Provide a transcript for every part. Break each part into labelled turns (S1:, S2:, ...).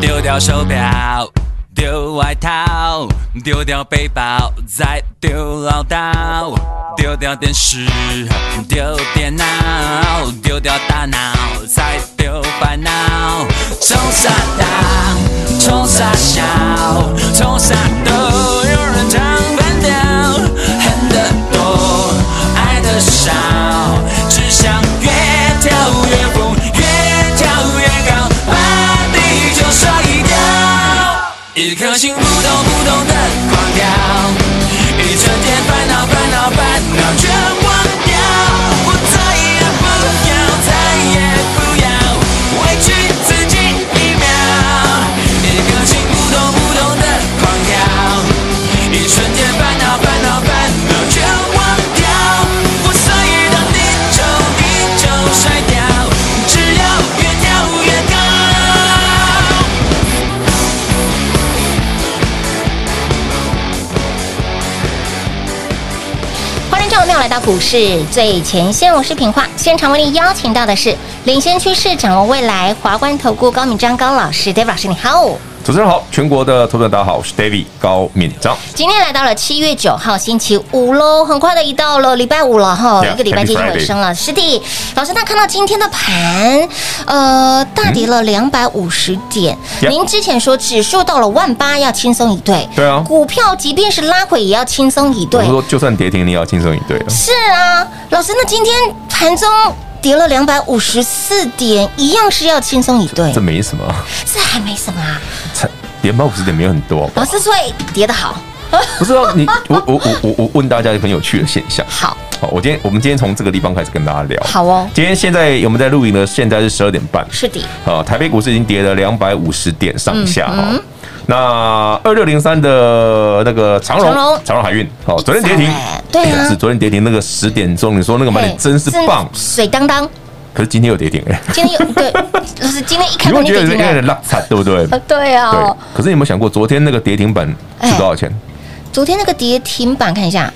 S1: 丢掉手表，丢外套，丢掉背包，再丢唠叨，丢掉电视，丢电脑，丢掉大脑，再丢烦恼。冲啥大，冲啥小，冲啥都有人唱反调，恨得多，爱的少，只想越跳越疯，越跳越高，把地球甩掉。一颗心扑通扑通的狂跳，一整天烦恼烦恼烦恼全忘掉。我再也不要，再也不要委屈自己一秒。一颗心扑通扑通的狂跳，一瞬间烦恼烦恼烦恼全忘掉。我所以让地球地球甩掉，只要越跳越高。
S2: 欢迎各位朋友来到股市最前线，我是品化。现场为你邀请到的是领先趋势、掌握未来华冠投顾高敏章高老师，David 老师，你好。
S3: 主持人好，全国的投资者大家好，我是 David 高敏章。
S2: 今天来到了七月九号星期五喽，很快的一到了礼拜五了哈，
S3: Yeah，
S2: 一个礼拜
S3: Happy
S2: 接近
S3: Friday
S2: 尾声了。是的，老师，那看到今天的盘，呃，大跌了两百五十点。
S3: 嗯 Yeah
S2: 您之前说指数到了万八要轻松一对，
S3: 对啊
S2: 股票即便是拉回也要轻松一
S3: 我
S2: 对
S3: 是。说，就算跌停，你也要轻松应对了。
S2: 是啊，老师，那今天盘中跌了两百五十四点，一样是要轻松一对
S3: 这，没什么，
S2: 这还没什么啊。
S3: 才连八五十点没有很多，好不
S2: 老
S3: 好？
S2: 师所以跌得好，
S3: 不是啊，你 我我我我我问大家一个很有趣的现象。
S2: 好，
S3: 好，我今天我们今天从这个地方开始跟大家聊。
S2: 好哦
S3: 今天现在我们在录影呢，现在是十二点半。
S2: 是的，
S3: 啊，台北股市已经跌了两百五十点上下哈、
S2: 嗯
S3: 那二六零三的那个长荣
S2: 长荣，
S3: 长荣海运，好、昨天跌停
S2: 一早哎，对啊
S3: 呀是昨天跌停那个十点钟，你说那个买点
S2: 嘿
S3: 真是棒，
S2: 水当当。
S3: 可是今天又跌停哎、
S2: 今天有对， 老师今天一开盘
S3: 你会
S2: 就跌
S3: 觉得有
S2: 停
S3: 点有点
S2: 了。
S3: 拉惨，对不对？
S2: 啊，对啊、
S3: 对。可是你有没有想过，昨天那个跌停板
S2: 哎
S3: 是多少钱？
S2: 昨天那个跌停板看一下，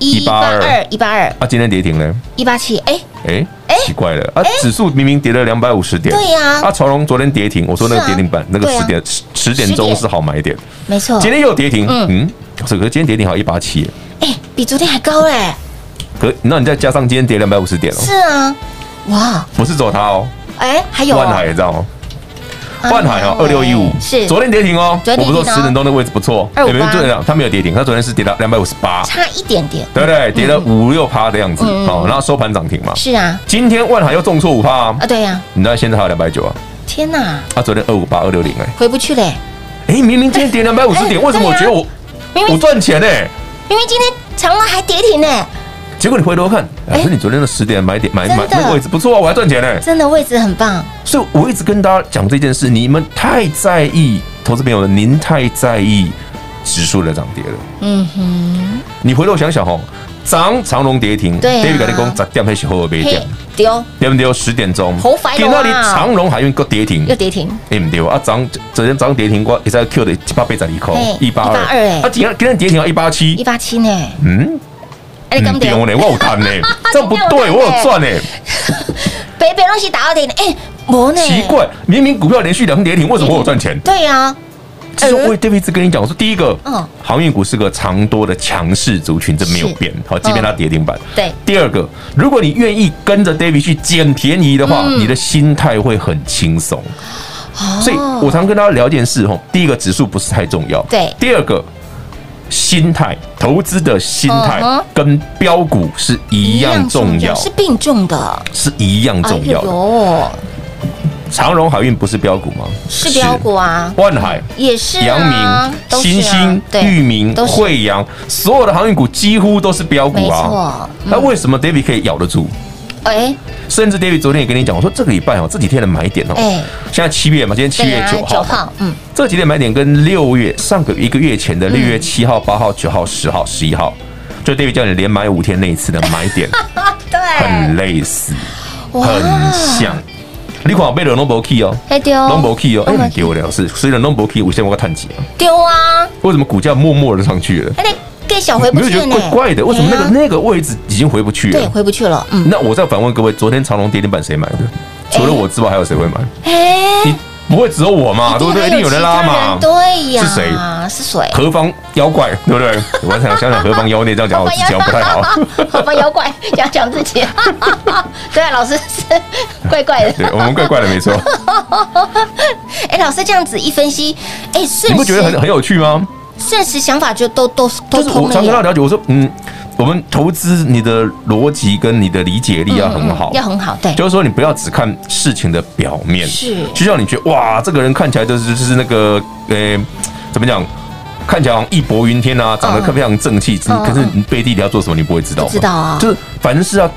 S2: 一八二
S3: 182、
S2: 一八二、
S3: 啊，今天跌停呢？
S2: 一八七，哎，
S3: 哎、奇怪了啊！指数明明跌了两百五十点，
S2: 对呀
S3: 啊，长荣昨天跌停，我说那
S2: 是
S3: 个
S2: 啊
S3: 跌停板那个
S2: 对啊
S3: 十点十点
S2: 10
S3: 钟
S2: 点
S3: 是好买点，
S2: 没错，
S3: 今天又跌停，
S2: 嗯
S3: 嗯，这个今天跌停好一八七，
S2: 哎比昨天还高嘞，
S3: 可那你再加上今天跌两百五十点哦，
S2: 是啊，哇，
S3: 不是走它哦，
S2: 哎还有哦
S3: 万海也这样哦，
S2: 哎
S3: 万海哦二六一五
S2: 是
S3: 昨天跌停哦，
S2: 昨天跌停
S3: 我不
S2: 哦
S3: 是说十点钟的位置不错，
S2: 258
S3: 你们对啊了，它没有跌停，它昨天是跌到两百五十八，
S2: 差一点点，
S3: 对不对？跌了五六趴的样子，
S2: 嗯
S3: 哦，然后收盘涨停嘛，
S2: 是啊，
S3: 今天万海又重挫五趴啊
S2: 啊，对呀、
S3: 你知道现在还有两百九啊，
S2: 天哪，
S3: 啊，昨天二五八二六零哎。
S2: 回不去嘞。
S3: 哎、明明今天跌两百五十
S2: 哎
S3: 点，为什么我觉得我、
S2: 明
S3: 我
S2: 明
S3: 赚钱呢、
S2: 明明今天长隆还跌停呢，
S3: 结果你回头看，老、
S2: 哎
S3: 师，你昨天的十点买点买买
S2: 真的
S3: 那个位置不错啊，我还赚钱呢、
S2: 真的位置很棒，
S3: 所以我一直跟大家讲这件事，你们太在意投资朋友，您太在意指数的涨跌了。
S2: 嗯哼，
S3: 你回头想想哦，涨长龙跌停，
S2: 对啊
S3: David 跟你讲，十点还是后尾
S2: 嘿
S3: 点，，
S2: 丢
S3: 对不对？十点钟
S2: 好烦哦啊，
S3: 给那里长龙海运够跌停
S2: 又，跌停，
S3: 哎唔对啊，涨昨天涨跌停，我一再 Q 的一百八十二块
S2: 嘿，
S3: 一八
S2: 182
S3: 二，
S2: 哎
S3: 啊，今天今天跌停要一八七
S2: 一，八七呢，
S3: 嗯，
S2: 哎你
S3: 嗯，
S2: 刚
S3: 对
S2: 丢
S3: 呢，我有 赚呢，这不
S2: 真的
S3: 对，
S2: 有
S3: 我
S2: 赚呢
S3: 有赚呢，
S2: 北北东西打到跌停，哎，没呢，
S3: 奇，怪，明明股票连续两跌停，为什么我有赚钱？
S2: 对呀，
S3: 其实我也对一直跟你讲，我说第一个
S2: 嗯，
S3: 航运股是个长多的强势族群，这没有
S2: 是嗯
S3: 变，好，即便它跌停板。
S2: 对，
S3: 第二个，如果你愿意跟着 David 去捡便宜的话，
S2: 嗯
S3: 你的心态会很轻松。
S2: 哦
S3: 所以我常跟大家聊一件事吼，第一个指数不是太重要，
S2: 对
S3: 第二个心态，投资的心态
S2: 嗯哼
S3: 跟标股是一样重要，
S2: 是并重的，
S3: 是一样重要
S2: 哎
S3: 的。
S2: 呦，
S3: 长荣海运不是标股吗？
S2: 是标股啊，
S3: 万海、
S2: 也是啊
S3: 阳明、
S2: 都是啊
S3: 新兴、
S2: 对
S3: 域名、
S2: 都是
S3: 惠阳，所有的航运股几乎都是标股
S2: 没
S3: 啊
S2: 错。嗯
S3: 那为什么 David 可以咬得住？
S2: 哎
S3: 甚至 David 昨天也跟你讲，我说这个礼拜哦，这几天的买点哦
S2: 哎，
S3: 现在七月嘛，今天七
S2: 对
S3: 月
S2: 啊，
S3: 九号
S2: 九
S3: 嘛，
S2: 号，嗯，
S3: 这几天买点跟六月上个一个月前的六月七号、八号、九号、十号、十一号，就 David 叫你连买五天那一次的买 点很
S2: 对，
S3: 类似，
S2: 哇
S3: 很像。你看被人拢无 key 哦，
S2: 哎丢，
S3: 拢无 key 哦，哎
S2: 拢无
S3: 很丢了，是虽然拢无 key，我现在我探几啊，
S2: 丢啊，
S3: 为什么股价默默的上去了？
S2: 哎，那给小回
S3: 你
S2: 不
S3: 没有
S2: 去
S3: 觉
S2: 了
S3: 得
S2: 呢，
S3: 怪怪的？为什么那
S2: 哎
S3: 个
S2: 呀
S3: 那个位置已经回不去
S2: 对
S3: 了？
S2: 回不去了？嗯，
S3: 那我再反问各位，昨天长隆跌停板谁买的？除了我之外，还有谁会买？
S2: 哎，
S3: 你不会只有我嘛？对不对？
S2: 还
S3: 一定有人拉
S2: 其他
S3: 嘛
S2: 哎人？对呀，
S3: 是谁？
S2: 是谁？
S3: 何方妖怪，对不对？ 我想想想何方妖孽这样讲，我自己讲不太好。
S2: 好吧，妖怪讲讲自己， 对啊，老师是怪怪的。
S3: 对我们怪怪的，没错。
S2: 哎，老师这样子一分析，哎，
S3: 你
S2: 瞬
S3: 不觉得很
S2: 时
S3: 很有趣吗？
S2: 瞬时想法就都都
S3: 就
S2: 都
S3: 是我
S2: 通了
S3: 常跟他
S2: 耶，
S3: 了解，我说嗯，我们投资你的逻辑跟你的理解力要很好，
S2: 要很好，对，
S3: 就是说你不要只看事情的表面，
S2: 是
S3: 就像你觉得哇，这个人看起来就是就是那个呃，怎么讲？看起来好像义薄云天啊，长得
S2: 嗯
S3: 非常正气，
S2: 嗯
S3: 可是你背地里要做什么，你不会知道吗？
S2: 不知道啊
S3: 就是凡事要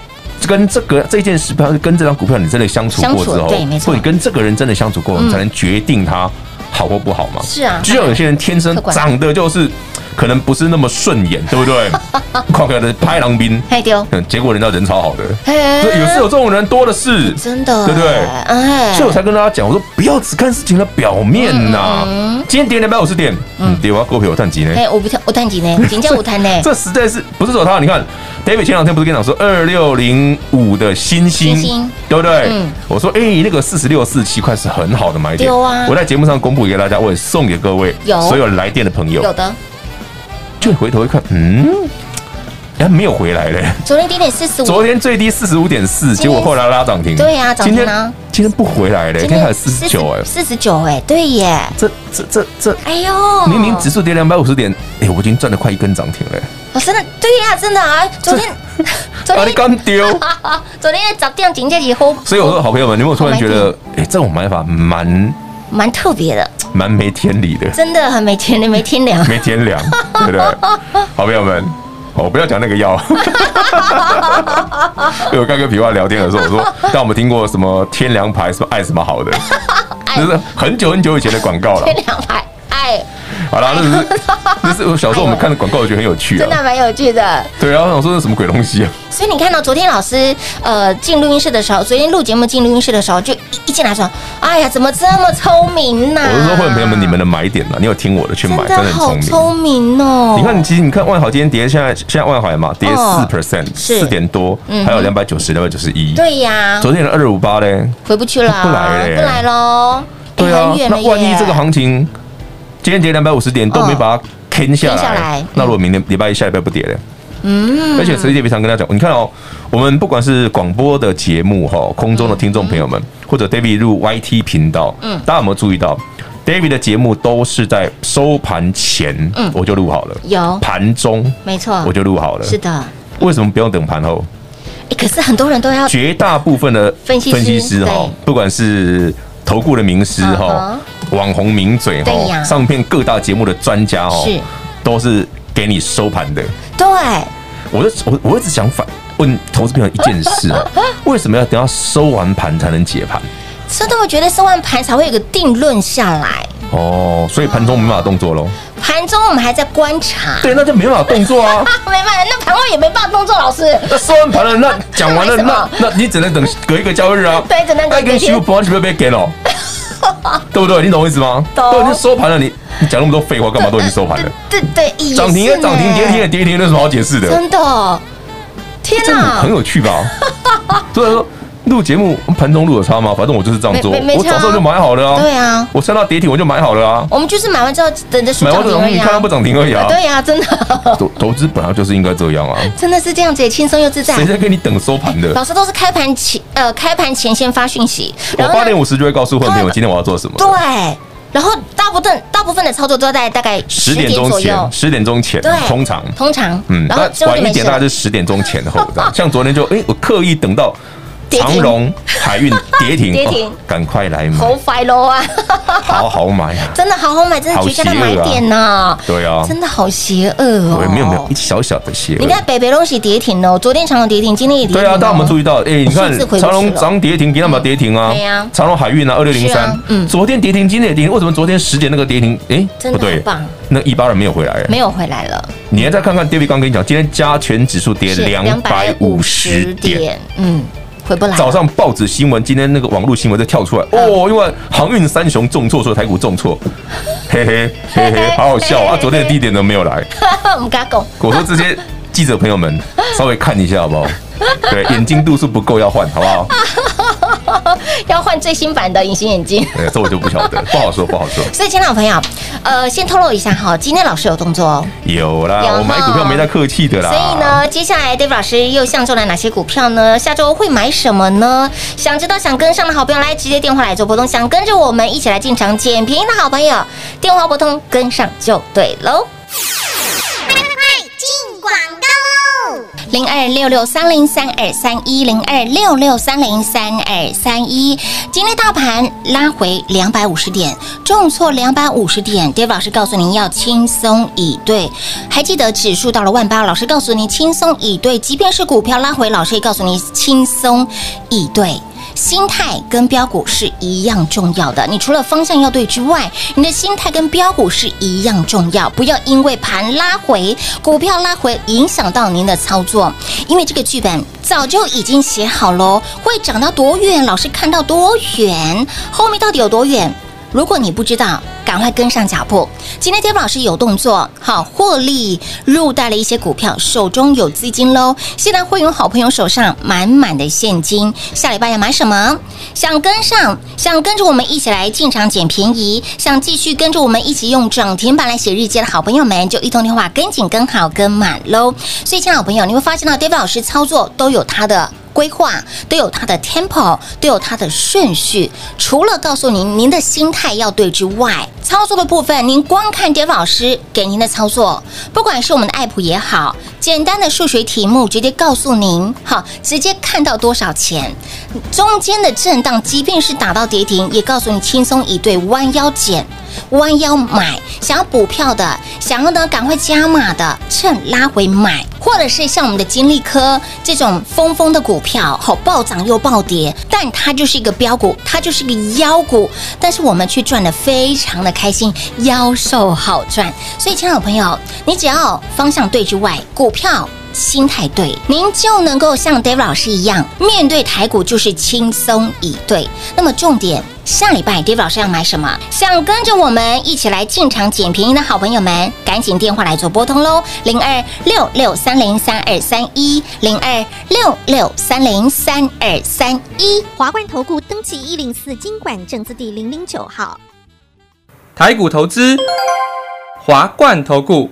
S3: 跟这个这件事，跟这张股票你真的相处过之
S2: 相处
S3: 后，
S2: 对没错
S3: 或者跟这个人真的相处过，
S2: 嗯
S3: 你才能决定他好或不好嘛。
S2: 是啊
S3: 就像有些人天生
S2: 客观
S3: 长得就是可能不是那么顺眼，对不 对？看起来的拍狼兵，
S2: 哎丢，
S3: 嗯，结果人家人超好的，
S2: 哎
S3: 所以有时有这种人多的是。
S2: 真的，
S3: 对不对
S2: 哎，
S3: 所以我才跟大家讲，我说不要只看事情的表面呐、
S2: 嗯
S3: 今天跌两百五十点，嗯，跌我要够赔我赚几呢？
S2: 哎，我不跳，我弹几呢？请教我弹 呢？
S3: 这实在是不是走他？你看，David 前两天不是跟你讲说二六零五的星星，
S2: 星星
S3: 对不对？
S2: 嗯
S3: 我说哎、那个四十六、四十七块是很好的买点。
S2: 丢啊
S3: 我在节目上公布给大家，我也送给各位
S2: 有
S3: 所有来电的朋友，
S2: 有的，
S3: 就回头一看，嗯，哎，没有回来嘞。
S2: 昨天低点四十五，
S3: 昨天最低四十五点四，结果后来拉涨停。
S2: 对啊涨
S3: 今
S2: 停
S3: 天
S2: 啊
S3: 今天不回来嘞，今天还有四十九哎，
S2: 四十九哎，对耶，
S3: 这这这这
S2: 哎呦，
S3: 明明指数跌两百五十点，哎，我已经赚了快一根涨停了。
S2: 我哦真的对呀，真的啊，昨天 昨
S3: 啊，
S2: 天哦
S3: 你刚丢。
S2: 昨天早上警戒起后，
S3: 所以我说，好朋友们，你有没有突然觉得，哎，这种买法蛮
S2: 蛮特别的，
S3: 蛮没天理 的，
S2: 真的很没天没天良。
S3: 没天良，对不对？好朋友们，我不要讲那个药。因为我刚跟皮花聊天的时候，我说，但我们听过什么天良牌，什么爱什么好的，就是很久很久以前的广告了
S2: 天。两排，哎，
S3: 好啦，那是那是我小时候我们看的广告，我觉得很有趣
S2: 真
S3: 啊。
S2: 的蛮有趣的。
S3: 对啊，我想说那什么鬼东西啊？
S2: 所以你看到昨天老师呃进录音室的时候，昨天录节目进录音室的时候，就一一进来说，哎呀，怎么这么聪明呐、
S3: 我是说，会员朋友们，你们的买点呢？啊你有听我的去买，
S2: 真
S3: 真的
S2: 的
S3: 很
S2: 好
S3: 聪明。
S2: 聪明哦。
S3: 你看，其实你看万豪今天跌，现在现在万海嘛跌四
S2: 哦
S3: percent，
S2: 是
S3: 四点多，
S2: 嗯哼
S3: 还有两百九十、两百九十一。
S2: 对啊呀、
S3: 昨天的二五八嘞，
S2: 回不去了，
S3: 不来了耶
S2: 不来喽。
S3: 对
S2: 哎
S3: 啊
S2: 很，远了
S3: 那
S2: 耶
S3: 万一这个行情今天跌两百五十点都没把它坑哦下
S2: 坑下来
S3: 来，那如果明天礼拜一下礼拜不跌嘞？嗯，而且实际平常跟大家讲，你看哦，我们不管是广播的节目哈，空中的听众朋友们，或者 David 入 YT 频道，嗯，大家有没有注意到？David 的节目都是在收盘前，
S2: 嗯
S3: 我就录好了，
S2: 有
S3: 盘中
S2: 没错，
S3: 我就录好了，
S2: 是的。
S3: 为什么不用等盘后？
S2: 哎，可是很多人都要
S3: 绝大部分的
S2: 分析师
S3: 哈
S2: 对，
S3: 不管是投顾的名师哈
S2: 嗯、
S3: 网红名嘴
S2: 对呀
S3: 哈、上片各大节目的专家哈
S2: 是，
S3: 都是给你收盘的。
S2: 对，
S3: 我就我我一直想反问投资朋友一件事 哦，为什么要等到收完盘才能解盘？
S2: 所以我觉得收完盘才会有个定论下来。
S3: 哦，所以盘中没办法动作喽。
S2: 盘中我们还在观察，
S3: 对，那就没办法动作啊。
S2: 没办法，那盘后也没办法动作，老师。
S3: 那收完盘了，那讲完了，
S2: 为什么。
S3: 那那你只能等隔一个交易日啊
S2: 对只能隔一个
S3: 那跟
S2: 交易日
S3: 徐不安是不是被 get 了？对不对？你懂我意思吗？
S2: 懂
S3: 都已经收盘了，你你讲那么多废话干嘛？都已经收 盘了，
S2: 呃对对，对也是
S3: 涨停也涨停，
S2: 呢
S3: 跌停也跌停，有什么好解释的？
S2: 真的，天
S3: 这很
S2: 哪
S3: 很！有 趣吧？所以说录节目盘中录有差吗？反正我就是这样做，
S2: 没没没
S3: 我
S2: 差啊
S3: 早上就买好了啊。
S2: 对啊
S3: 我看到跌停我就买好了啊。
S2: 我们就是买完之后等着数
S3: 买
S2: 涨
S3: 完
S2: 停
S3: 涨
S2: 而
S3: 停，
S2: 已
S3: 看到
S2: 啊
S3: 不。涨停而已啊。
S2: 对呀、真的，
S3: 投投资本来就是应该这样啊，
S2: 真的是这样子耶，轻松又自在
S3: 谁。在跟你等收盘的？
S2: 老师都是开盘前，呃，开盘前先发讯息，
S3: 我
S2: 呢
S3: 哦八点五十就会告诉会员朋友今天我要做什么。
S2: 对，然后大部分大部分的操作都在大概
S3: 十
S2: 十
S3: 点
S2: 点
S3: 钟
S2: 左
S3: 前，
S2: 右，
S3: 十点钟前
S2: 对，
S3: 通常，
S2: 通常，
S3: 嗯，
S2: 然后之后就
S3: 那晚一
S2: 没事
S3: 点大概
S2: 了
S3: 就。十点钟前后这样。像昨天就，哎，我刻意等到
S2: 跌停
S3: 长荣 海运跌停，
S2: 跌停
S3: 哦赶快来买，
S2: 好快喽啊！
S3: 好好买啊！
S2: 真的好好买，真的绝佳的买点呐、
S3: 对啊，
S2: 真的好邪恶哦！
S3: 对，没有没有，一小小的鞋而已。
S2: 你看北北东西跌停哦，昨天长隆跌停，今天也跌停、哦
S3: 对啊，但我们注意到，哎，你看
S2: 数字回不去
S3: 长隆
S2: 了
S3: 涨跌停，今天嘛跌停啊，
S2: 嗯对啊
S3: 长隆海运啊，二六零
S2: 是
S3: 三
S2: 啊，嗯
S3: 昨天跌停，今天也跌停，为什么昨天十点那个跌停，哎，
S2: 真的
S3: 不对
S2: 很棒，
S3: 那一八人没有回来，哎
S2: 没有回来了，
S3: 你要再看看，David 刚跟你讲，今天加权指数跌
S2: 是
S3: 两百五十
S2: 250
S3: 点。，
S2: 嗯，回 不来了。
S3: 早上报纸新闻，今天那个网络新闻再跳出来，
S2: 嗯
S3: 哦，因为航运三雄重挫，所以台股重挫，嘿嘿嘿嘿，好好笑啊！昨天的低点都没有来，
S2: 我们跟他讲，
S3: 我说这些记者朋友 们稍微看一下好不好？对，眼睛度数不够要换，好不好？
S2: 要换最新版的隐形眼镜。
S3: 哎，这我就不晓得，不好说，不好说。
S2: 所以，亲爱的朋友，呃，先透露一下哈，今天老师有动作哦。
S3: 有
S2: 有
S3: 啦，我买股票
S2: 哈
S3: 没在客气的啦。
S2: 所以呢，接下来 Dave 老师又相中了哪些股票呢？下周会买什么呢？想知道、想跟上的好朋友，来直接电话来做拨通。想跟着我们一起来进场捡便宜的好朋友，电话拨通跟上就对喽。零二六六三零三二三一零二六六三零三二三一。今天大盘拉回两百五十点，重挫两百五十点。Dave 老师告诉您要轻松以对，还记得指数到了万八，老师告诉你轻松以对，即便是股票拉回，老师也告诉你轻松以对。心态跟标股是一样重要的。你除了方向要对之外，你的心态跟标股是一样重要。不要因为盘拉回、股票拉回影响到您的操作，因为这个剧本早就已经写好喽。会涨到多远，老师看到多远，后面到底有多远？如果你不知道，赶快跟上脚步。今天 Dave 老师有动作，好获利入袋了一些股票，手中有资金喽。现在会员好朋友手上满满的现金，下礼拜要买什么？想跟上，想跟着我们一起来进场捡便宜，想继续跟着我们一起用涨停板来写日记的好朋友们，就一通电话跟紧、跟好、跟满喽。所以，亲爱的朋友，你会发现到 Dave 老师操作都有他的。规划，都有它的 tempo，都有它的顺序。除了告诉您您的心态要对之外，操作的部分，您光看 Dave 老师给您的操作，不管是我们的 app 也好，简单的数学题目直接告诉您，好，直接看到多少钱，中间的震荡，即便是打到跌停，也告诉你轻松一对弯腰捡。弯腰买，想要补票的，想要呢赶快加码的，趁拉回买，或者是像我们的金利科这种疯疯的股票，好暴涨又暴跌，但它就是一个标股，它就是一个妖股，但是我们却赚的非常的开心，妖兽好赚。所以，亲爱的朋友，你只要方向对之外，股票。心态对，您就能够像 Dave 老师一样，面对台股就是轻松以对。那么重点，下礼拜 Dave 老师要买什么？想跟着我们一起来进场捡便宜的好朋友们，赶紧电话来做拨通喽，零二六六三零三二三一，零二六六三零三二三一。
S4: 华冠投顾登记一零四经管证字第零零九号。
S5: 台股投资，华冠投顾。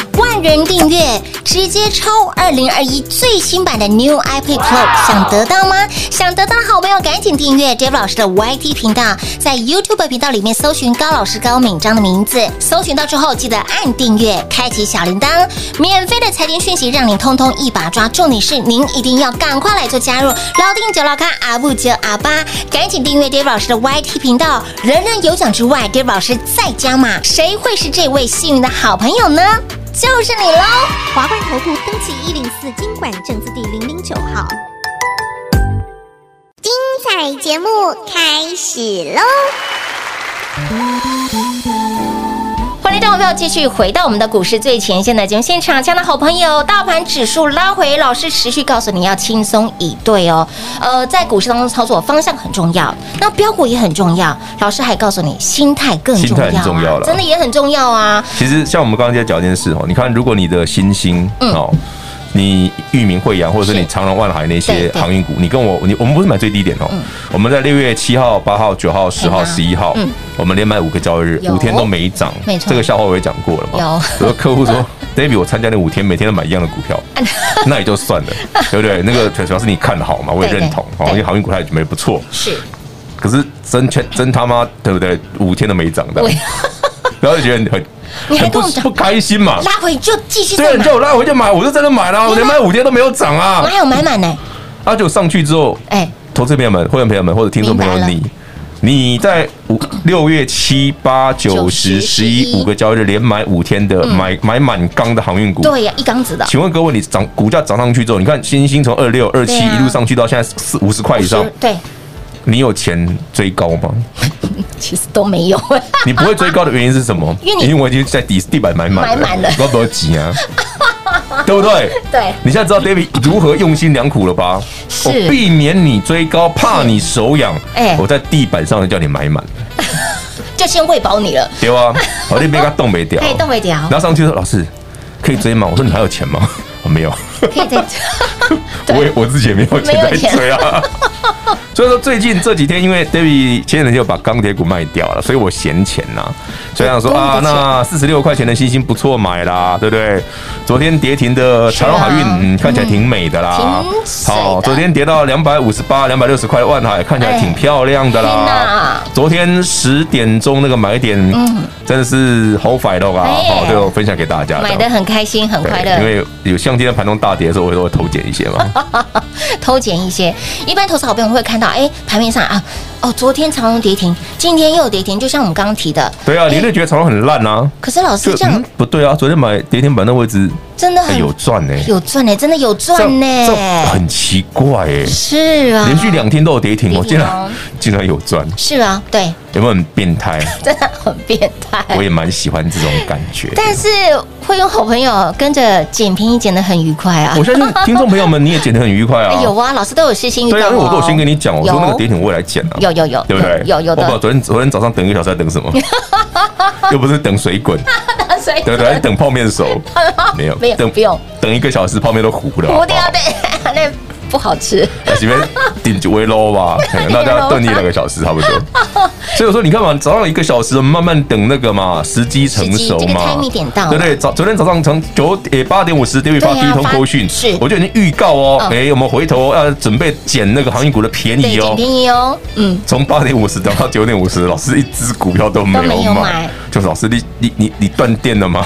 S2: 万人订阅，直接抽二零二一最新版的 New iPad Pro，想得到吗？想得到的好朋友赶紧订阅 Dave 老师的 YT 频道，在 YouTube 频道里面搜寻高老师高敏章的名字，搜寻到之后记得按订阅，开启小铃铛，免费的财经讯息让你通通一把抓。重点是您一定要赶快来做加入，老定九老咖阿布九阿巴，赶紧订阅 Dave 老师的 YT 频道，人人有奖之外，Dave 老师再加码，谁会是这位幸运的好朋友呢？就是你喽！
S4: 华冠投顾登记一零四经管证字第零零九号。精彩节目开始喽！
S2: 欢迎到股票继续回到我们的股市最前线的节目现场，亲爱的好朋友，大盘指数拉回，老师持续告诉你要轻松以对哦。呃，在股市当中操作方向很重要，那标股也很重要，老师还告诉你心态更重要、啊，
S3: 心态很重要了
S2: 真的也很重要啊。
S3: 其实像我们刚刚在讲一件事哦，你看，如果你的新兴
S2: 嗯
S3: 哦，你裕民惠阳或者是
S2: 是
S3: 你长荣万海那
S2: 对
S3: 些
S2: 对嗯
S3: 航运股，你跟我你我们不是买最低点哦，我们在六月七号、八号、九号、十号、
S2: 对啊
S3: 十一号
S2: 嗯，
S3: 我们连买五个交易日，
S2: 有
S3: 五天都没涨，
S2: 没错
S3: 这个笑话我也讲过了嘛。
S2: 有
S3: 有的客户说 ，David，我参加那五天，每天都买一样的 股票，那也就算了，对不对？那个主要是你看好嘛，我也
S2: 对对
S3: 认同哦，
S2: 对
S3: 因为航运股它也没不错，
S2: 是，
S3: 可是真全真他妈对不对？五天都没涨的
S2: 我，
S3: 然后就觉得很
S2: 你还
S3: 很
S2: 跟
S3: 不
S2: 我讲
S3: 不开心嘛。
S2: 拉回就继续再
S3: 啊对，你
S2: 买，
S3: 叫我拉回就买，我就真的买了，我连买五天都没有涨啊
S2: 我！还有买满呢，
S3: 那就上去之后，
S2: 哎，
S3: 投资朋友们、会员朋友们或者听众朋
S2: 明
S3: 友
S2: 白了
S3: 你。你在五六月七八九十十一
S2: 11
S3: 五个交易日连买五天的买买满缸的航运股，
S2: 嗯对呀，一缸子的，
S3: 请问各位，你涨股价涨上去之后，你看新兴从二六二七
S2: 对啊
S3: 一路上去到现在四五十块以上
S2: 是，对，
S3: 你有钱追高吗？
S2: 其实都没有，
S3: 你不会追高的原因是什么？
S2: 因为你
S3: 我已经在底地板买满了，
S2: 买满了
S3: 高多 急啊，对不对？
S2: 对
S3: 你现在知道 David 如何用心良苦了吧？
S2: 是
S3: 我避免你追高，怕你手痒。
S2: 哎
S3: 我在地板上叫你买满，
S2: 就先喂饱你了，
S3: 对 吧？我那边给它冻没掉，
S2: 可以动尾条
S3: 然，后上去说老师可以追吗？我说你还有钱吗？ 我没有，
S2: 可以 再。
S3: 我也我自己也没有钱
S2: 没有
S3: 在
S2: 钱
S3: 追啊。所以说最近这几天，因为 David 前两天就把钢铁股卖掉了，所以我闲钱呐、所以想说
S2: 多余的
S3: 啊，
S2: 钱
S3: 那四十六块钱的星星不错买啦，对不对？昨天跌停的长荣海运、
S2: 是啊
S3: 嗯，看起来挺美的啦
S2: 挺。水的
S3: 好，昨天跌到两百五十八、两百六十块的万海，看起来挺漂亮的
S2: 哎天
S3: 啦
S2: 哪。嗯
S3: 昨天十点钟那个买点，真的是好快乐啊！
S2: 哎
S3: 好，这个我分享给大家的。
S2: 买的很开心，很
S3: 对
S2: 快
S3: 因
S2: 乐，
S3: 为有像今天盘中大跌的时候，我都会偷减一些嘛。
S2: 偷减一些。一般投资好朋友会看到，哎，盘面上啊，哦，昨天长荣跌停，今天又跌停，就像我们刚刚提的。
S3: 对啊，你会觉得长隆很烂啊。
S2: 可哎是老师
S3: 就
S2: 这样
S3: 嗯不对啊，昨天买跌停板那位置
S2: 真的
S3: 哎
S2: 很
S3: 有赚呢，
S2: 有赚呢，真的有
S3: 这
S2: 赚
S3: 样
S2: 呢，
S3: 这样很奇怪哎，
S2: 是啊，
S3: 连续两天都有跌停，我
S2: 跌
S3: 竟
S2: 停哦
S3: 然 竟然有赚，
S2: 是啊，对，
S3: 有没有很变态？
S2: 真的很变
S3: 我
S2: 态。
S3: 也蛮喜欢这种感觉。
S2: 但是会有好朋友跟着捡便宜捡的很愉快啊
S3: 我，相信听众朋友们，你也剪得很愉快啊。
S2: 哎有啊，老师都有事先预告
S3: 对啊，因为我
S2: 哦
S3: 都有先跟你讲，我说那个
S2: 有
S3: 跌停我会来剪啊。
S2: 有有有
S3: 对不对？
S2: 有有
S3: 我不知道
S2: 的，
S3: 昨天昨天早上等一个小时在等什 么？又不是等水滚，
S2: 所以
S3: 对不对？还等泡面熟，没有
S2: 没有
S3: 等
S2: 不用
S3: 等一个小时，泡面都糊了。
S2: 不
S3: 好不
S2: 掉
S3: 好
S2: 对， 那不好吃。
S3: 那前面顶几位 low 吧，嘿那大家炖你两个小时差不多。所以我说，你看嘛，早上一个小时，慢慢等那个嘛，时机成熟
S2: 时机这个
S3: 嘛
S2: timing 点到了啊
S3: 对不对？早昨天早上从九点八点五十，David 发
S2: 对啊
S3: 第一通
S2: 发
S3: 扣讯，
S2: 是
S3: 我就已经预告哦，
S2: 嗯
S3: 哎，我们回头要准备捡那个航运股的便
S2: 对，
S3: 宜
S2: 捡
S3: 哦。
S2: 便宜哦，嗯，
S3: 从八点五十等到九点五十，老师一只股票都没
S2: 都没有
S3: 有
S2: 买
S3: 买，就是老师你你你你断电了 吗？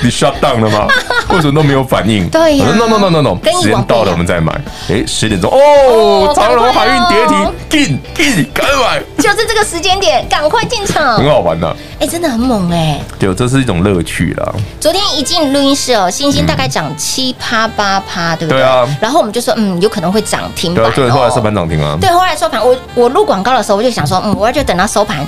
S3: 你 shut down 了吗？为什么都没有反应？
S2: 对呀
S3: 我说 no no no no no，
S2: 跟以往
S3: 时间
S2: 不一
S3: 到
S2: 样
S3: 了我们再买。诶，十点钟
S2: 哦
S3: 哦，长
S2: 赶快
S3: 隆海运跌
S2: 哦
S3: 停，进进赶快买，
S2: 就是这个时间点，赶快进场
S3: 很。好玩呐、
S2: 哎，真的很猛哎！
S3: 对，这是一种乐趣啦。
S2: 昨天一进录音室哦，星星大概涨七趴八趴，对不对？
S3: 对啊
S2: 然后我们就说，嗯，有可能会涨停
S3: 对
S2: 板
S3: 啊
S2: 哦。，
S3: 对，后来收盘涨停啊。
S2: 对，后来收盘，我我录广告的时候，我就想说，嗯，我要就等到收盘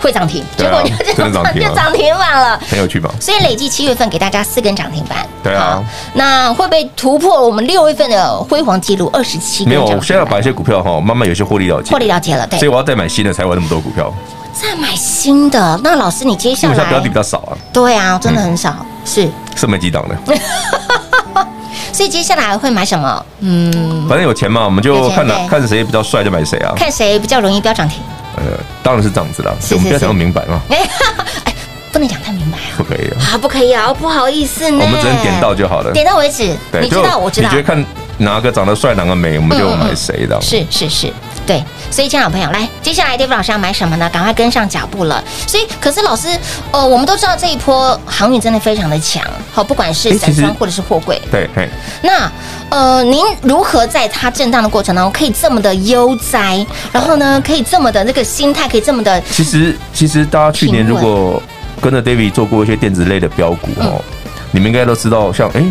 S2: 会涨停，
S3: 对
S2: 结
S3: 啊
S2: 果就
S3: 真的涨停啊
S2: 就涨停板了。
S3: 很有趣吧？
S2: 所以累计七月份给大家四根涨停板，
S3: 对啊
S2: 好，那会不会突破我们六月份的辉煌记录二十七根
S3: 没有，
S2: 涨停
S3: 我
S2: 板？
S3: 现在把一些股票哈，慢慢有些获利了结
S2: 获，利了结了，对
S3: 所以，我要再买新的才玩那么多股票，
S2: 再买新的。那老师，你接
S3: 因
S2: 下
S3: 为我现在标的比
S2: 来
S3: 较少啊，
S2: 对啊，真的很少，是，
S3: 剩没几档了。
S2: 所以接下来会买什么？嗯，
S3: 反正有钱嘛，我们
S2: 有
S3: 就
S2: 钱
S3: 看哪
S2: 对
S3: 看谁比较帅就买谁啊。
S2: 看谁比较容易飙涨停。
S3: 呃，当然是这样子啦，
S2: 是
S3: 我们不要
S2: 是
S3: 想那么明白嘛，
S2: 哎，哎，不能讲太明白
S3: 不可以啊，
S2: 啊，啊，不可以啊，不好意思呢。
S3: 哦我们只能点到就好了。
S2: 点到为止，你知
S3: 就
S2: 道，我知道嗯
S3: 你觉，得看哪个长得帅，哪个美，我们就买谁的。
S2: 是是是，对。所以，亲爱的朋友，来，接下来 David 老师要买什么呢？赶快跟上脚步了。所以，可是老师，呃，我们都知道这一波航运真的非常的强，好，不管是
S3: 诶
S2: 散
S3: 其实
S2: 装或者是货柜。
S3: 对，嘿，
S2: 那呃，您如何在它震荡的过程当中可以这么的悠哉，然后呢，可以这么的那个心态，可以这么的
S3: 其实其实大家去年
S2: 评
S3: 如
S2: 论
S3: 果跟着 David 做过一些电子类的标股哦，
S2: 嗯
S3: 你们应该都知道，像哎，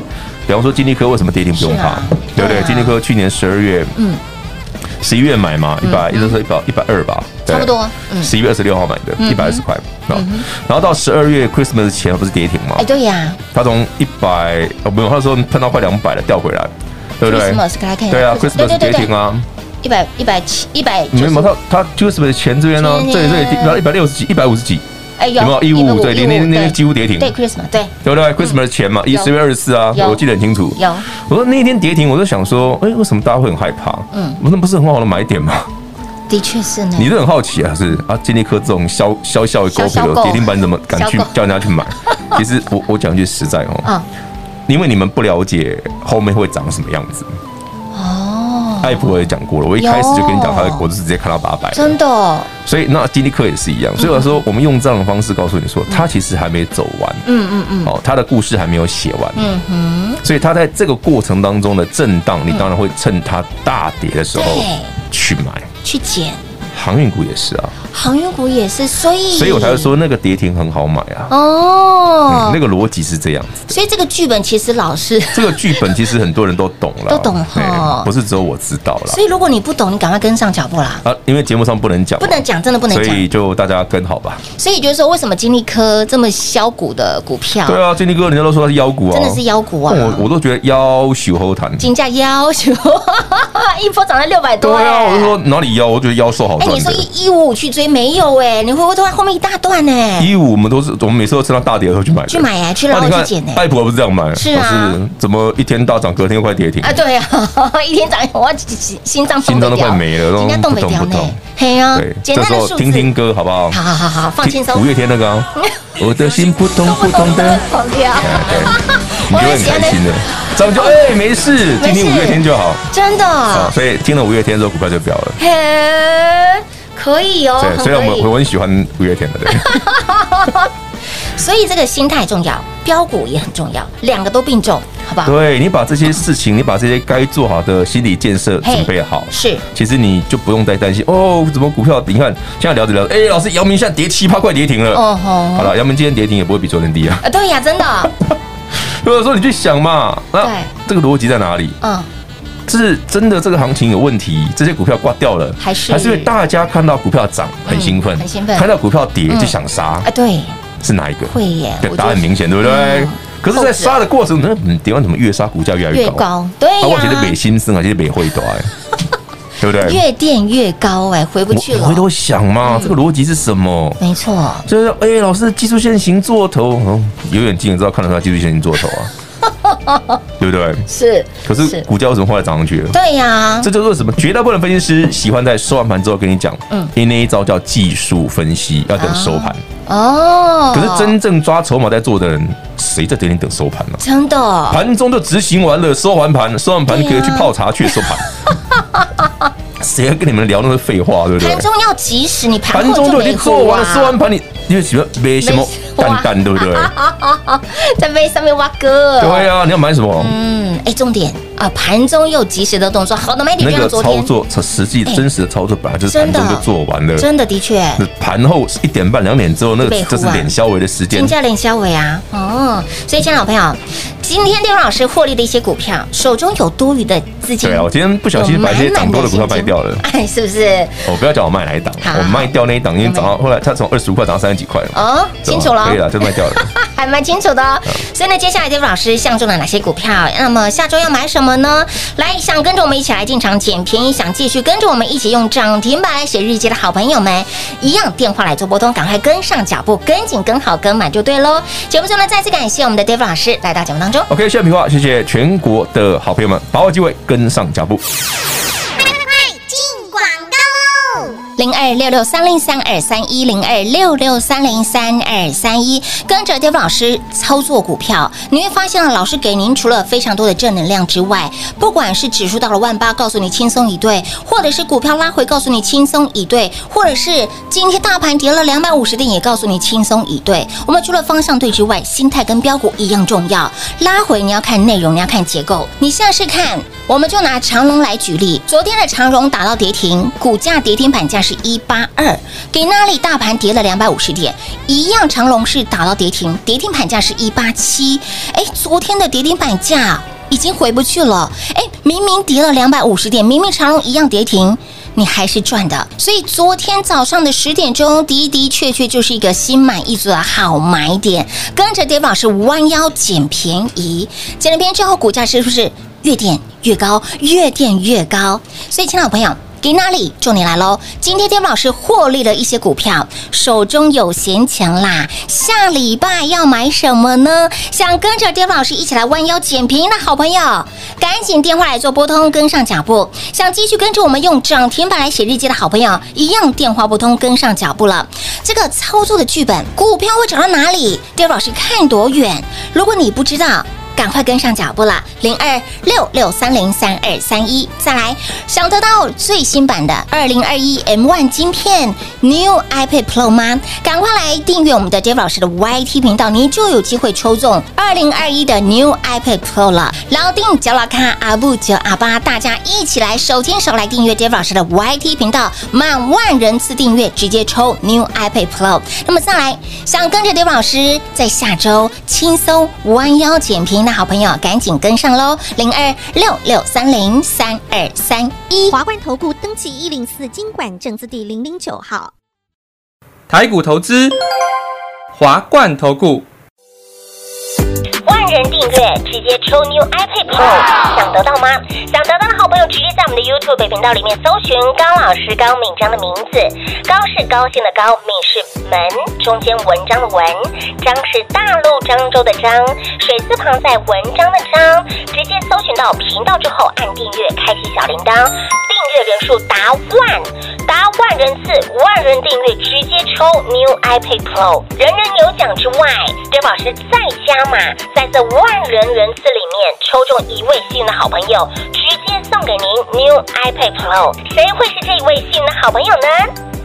S3: 比方说金立科为什么跌停不用
S2: 是
S3: 怕
S2: 啊，
S3: 对不
S2: 对
S3: 对
S2: 啊？
S3: 金立科去年十二月，
S2: 嗯
S3: 嗯。十一月买嘛，一百一直是一百一百二吧，对
S2: 差不多嗯
S3: 十一月二十六号买的，一百二十块。哦然后到十二月 Christmas 前不是跌停吗
S2: 哎，？对呀
S3: 它从一百哦，不用，它说碰到快两百了，掉回来，对不对？
S2: ，Christmas 给大家看一下，
S3: 对啊
S2: Christmas- 对
S3: ，Christmas 跌
S2: 对对
S3: 停
S2: 对，
S3: 啊，
S2: 一百一百七一百
S3: 没有
S2: 九
S3: 嘛，
S2: 十，
S3: 它它 Christmas 前这边呢，
S2: 前
S3: 这里这里
S2: 面
S3: 然后一百六十几，一百五十几，
S2: 哎
S3: 有没有一五五？对，
S2: 一
S3: 那那那天几乎跌停，
S2: 对 Christmas 对
S3: 对不对？Christmas 前嘛，一
S2: 有
S3: 十月二十四啊，
S2: 有
S3: 我记得很清楚。
S2: 有
S3: 我说那一天跌停，我就想说，哎，为什么大家会很害怕？
S2: 嗯
S3: 嗯，我说那不是很好的买点吗？
S2: 的确是呢，
S3: 你是很好奇啊，是啊，金立科这种消消消的股
S2: 消消
S3: 票
S2: 购
S3: 跌停板，你怎么敢去
S2: 消购
S3: 叫人家 去买？其实我我讲句实在哦，
S2: 啊
S3: 因为你们不了解后面会长什么样子。
S2: 哦，
S3: 艾普我也讲过了，我一开始就跟你讲，他我就是直接看到八百，
S2: 真的哦
S3: 所以那金立科也是一样。所
S2: 嗯
S3: 以我说，我们用这样的方式告诉你说，他其实还没走完，嗯嗯嗯，哦，他的故事还没有写完，嗯哼，所以他在这个过程当中的震荡，你当然会趁它大跌的时候
S2: 嗯对
S3: 去买。
S2: 去捡
S3: 航运股也是啊，
S2: 航运股也是，所以
S3: 所以我才会说那个跌停很好买啊。嗯
S2: 哦，
S3: 那个逻辑是这样子，
S2: 所以这个剧本其实老师，
S3: 这个剧本其实很多人都懂了，
S2: 都懂哦哈
S3: 对不是只有我知道了
S2: 所以如果你不懂，你赶快跟上脚步啦。
S3: 啊，因为节目上不能讲嘛，
S2: 不能讲，真的不能
S3: 所
S2: 讲。
S3: 以就大家跟好吧。
S2: 所以就是说，为什么金利科这么削股的股票，
S3: 对啊，金立哥，人家都说他是妖股啊，
S2: 真的是妖股啊？
S3: 我我都觉得妖许后谈。
S2: 金价要求 一波涨了六百
S3: 对
S2: 多、哎
S3: 啊，我就说哪里妖，我觉得妖兽好
S2: 哎、
S3: 赚
S2: 你说
S3: 的。
S2: 一一五五去追没有、哎，你会不会突然后面一大段呢、
S3: 一五我们都是，我们每次都趁它大跌的时候去买的，
S2: 去买哎、去
S3: 啊
S2: 捞
S3: 你
S2: 去捡哎、
S3: 看艾普还不是这样买，
S2: 是啊
S3: 它是怎么一天大涨，隔天又快跌停
S2: 啊，，对啊， 一天涨，我心心脏动
S3: 心脏
S2: 不
S3: 都快
S2: 掉，
S3: 没了，
S2: 人家动
S3: 不
S2: 北
S3: 懂
S2: 掉
S3: 不
S2: 呢
S3: 懂。，
S2: 嘿呀、
S3: 对，
S2: 简
S3: 这
S2: 单
S3: 时
S2: 的
S3: 候
S2: 数字，
S3: 听听歌好不好？
S2: 好好好好，放轻松
S3: 五，月天那个啊，我的心扑通扑通的，
S2: 跑掉，
S3: 对，哎你
S2: 我
S3: 就会
S2: 很
S3: 很
S2: 喜欢
S3: 开
S2: 那
S3: 心的。咱们就哎没事，听听五月天就好
S2: 真的，
S3: 啊。所以听了五月天之后，股票就飙了。
S2: 嘿，可以哦，
S3: 对，
S2: 很
S3: 所以我
S2: 可以
S3: 们我很喜欢五月天的，对，
S2: 所以这个心态重要，标股也很重要，两个都并重，好不好？
S3: 对你把这些事情，你把这些该做好的心理建设准备好，
S2: 是
S3: 其实你就不用再担心哦，怎么股票？你看现在聊着聊着，哎，老师，姚明现在跌七八块跌停了。
S2: 哦吼
S3: 好，了，姚明今天跌停也不会比昨天低啊。
S2: 啊，对呀，真的，
S3: 所以说你去想嘛，那
S2: 对
S3: 这个逻辑在哪里？
S2: 嗯，
S3: 是真的这个行情有问题，这些股票挂掉了，
S2: 还是嗯
S3: 因为大家看到股票涨很兴奋，
S2: 很兴奋
S3: 看到股票跌就想杀，
S2: 啊，对，
S3: 是哪一个？
S2: 会耶，
S3: 对，
S2: 我
S3: 答案
S2: 觉得
S3: 明显，对不对
S2: 嗯？
S3: 可是，在杀的过程，那嗯，跌完怎么越杀股价越来
S2: 越
S3: 越高？
S2: 高，对
S3: 啊，我觉得美
S2: 呀，
S3: 心生啊，其实美会短，对不对？
S2: 哎越垫越高，哎，回不去
S3: 我
S2: 了嗯
S3: 回，头想嘛，这个逻辑是什么？
S2: 没错，
S3: 就是哎、老师，技术线型做头，哦、有眼睛也知道看得出来技术线型做头啊，对不对？
S2: 是，
S3: 可是股价为什么后来涨上去了？
S2: 对呀，
S3: 这叫做什么？绝大部分分析师喜欢在收完盘之后跟你讲，嗯，因为那一招叫技术分析，要等收盘。
S2: 啊哦，
S3: 可是真正抓筹码在做的人，谁在等你等收盘呢、
S2: 真的，
S3: 盘中就执行完了，收完盘，收完盘
S2: 对啊
S3: 可以去泡茶去收盘。
S2: 啊
S3: 谁还跟你们聊那些废话，对不对
S2: 盘？中要及时，你盘
S3: 盘
S2: 后
S3: 中
S2: 就
S3: 就已
S2: 没
S3: 经做
S2: 做
S3: 完
S2: 啊
S3: 了，，收完盘你因为什么没什么
S2: 没啊
S3: 蛋蛋，对 不对？
S2: 在杯上面挖哥，
S3: 对啊，你要买什么？
S2: 嗯，哎，重点啊，盘中又及时的动作，好的买点
S3: 那
S2: 就像
S3: 个
S2: 昨
S3: 操
S2: 天，
S3: 作，实际
S2: 哎
S3: 真实的操作本来就是
S2: 真
S3: 盘
S2: 的啊
S3: 中就做完了，
S2: 真的的确，
S3: 那盘后一点半、两点之后，那
S2: 被
S3: 个
S2: 呼啊
S3: 就是脸消微的时间
S2: 金。价连销尾啊，哦，所以，亲爱的朋友，今天六老师获利的一些股票，手中有多余的资金，
S3: 对啊，我今天不小心把一些涨多的股票卖掉了。
S2: 哎，是不是？
S3: 我不要讲我卖哪一档
S2: 好，
S3: 我卖掉那一档，因为涨到后来它从二十五块涨到三十几块了。
S2: 哦，
S3: 对
S2: 清
S3: 吧
S2: 楚了啊
S3: 可以，了，嗯就卖掉了。
S2: 还蛮清楚的哦。所以呢，接下来 d a 老师相中了哪些股票？那么下周要买什么呢？来，想跟着我们一起来进场捡便宜，想继续跟着我们一起用涨停板来写日记的好朋友们，一样电话来做拨通，赶快跟上脚步，跟紧、跟好、跟满就对喽。节目中呢，再次感谢我们的 d a 老师来到节目当中。
S3: OK，谢谢平话，谢谢全国的好朋友们，把握机会跟上脚步。
S2: 零二六六三零三二三一零二六六三零三二三一，跟着 Dave 老师操作股票，你会发现老师给您除了非常多的正能量之外，不管是指数到了万八，告诉你轻松一对，或者是股票拉回，告诉你轻松一对，或者是今天大盘跌了两百五十点，也告诉你轻松一对。我们除了方向对之外，心态跟标股一样重要。拉回你要看内容，你要看结构，你现在是看我们就拿长荣来举例，昨天的长荣打到跌停，股价跌停板价是一八二，给那里大盘跌了两百五十点，一样长荣是打到跌停，跌停板价是一八七，哎，昨天的跌停板价。已经回不去了，哎，明明跌了两百五十点，明明长隆一样跌停，你还是赚的。所以昨天早上的十点钟，的的确确就是一个心满意足的好买点，跟着 Dave 老师弯腰捡便宜，捡了便宜之后，股价是不是越点越高，越点越高？所以，亲爱的朋友。给哪里？重点来喽！今天 Dave 老师获利了一些股票，手中有闲钱啦。下礼拜要买什么呢？想跟着 Dave 老师一起来弯腰捡便宜的好朋友，赶紧电话来做拨通，跟上脚步。想继续跟着我们用涨停板来写日记的好朋友，一样电话拨通，跟上脚步了。这个操作的剧本，股票会涨到哪里？Dave 老师看多远？如果你不知道。赶快跟上脚步啦！零二六六三零三二三一，再来想得到最新版的二零二一 M One 晶片 New iPad Pro 吗？赶快来订阅我们的 Dave 老师的 YT 频道，您就有机会抽中二零二一的 New iPad Pro 了。老定脚老咖阿布九阿巴，大家一起来手牵手来订阅 Dave 老师的 YT 频道，满万人次订阅直接抽 New iPad Pro。那么再来想跟着 Dave 老师在下周轻松弯腰捡便宜的好朋友，赶紧跟上喽！零二六六三零三二三一，
S4: 华冠投顾登记一零四经管证字第零零九号。
S5: 台股投资，华冠投顾。
S6: 万人订阅，直接抽 New iPad Pro，想得到吗？想得到的好朋友，直接在我们的 YouTube 频道里面搜寻高老师高敏章的名字，高是高兴的高，敏是门，中间文章的文，章是大陆漳州的章，水字旁在文章的章，直接搜寻到频道之后按订阅，开启小铃铛，订阅人数达万。达万人次、万人订阅，直接抽 New iPad Pro，人人有奖之外，刘老师再加码，在这万人人次里面抽中一位幸运的好朋友，直接送给您 New iPad Pro。谁会是这一位幸运的好朋友呢？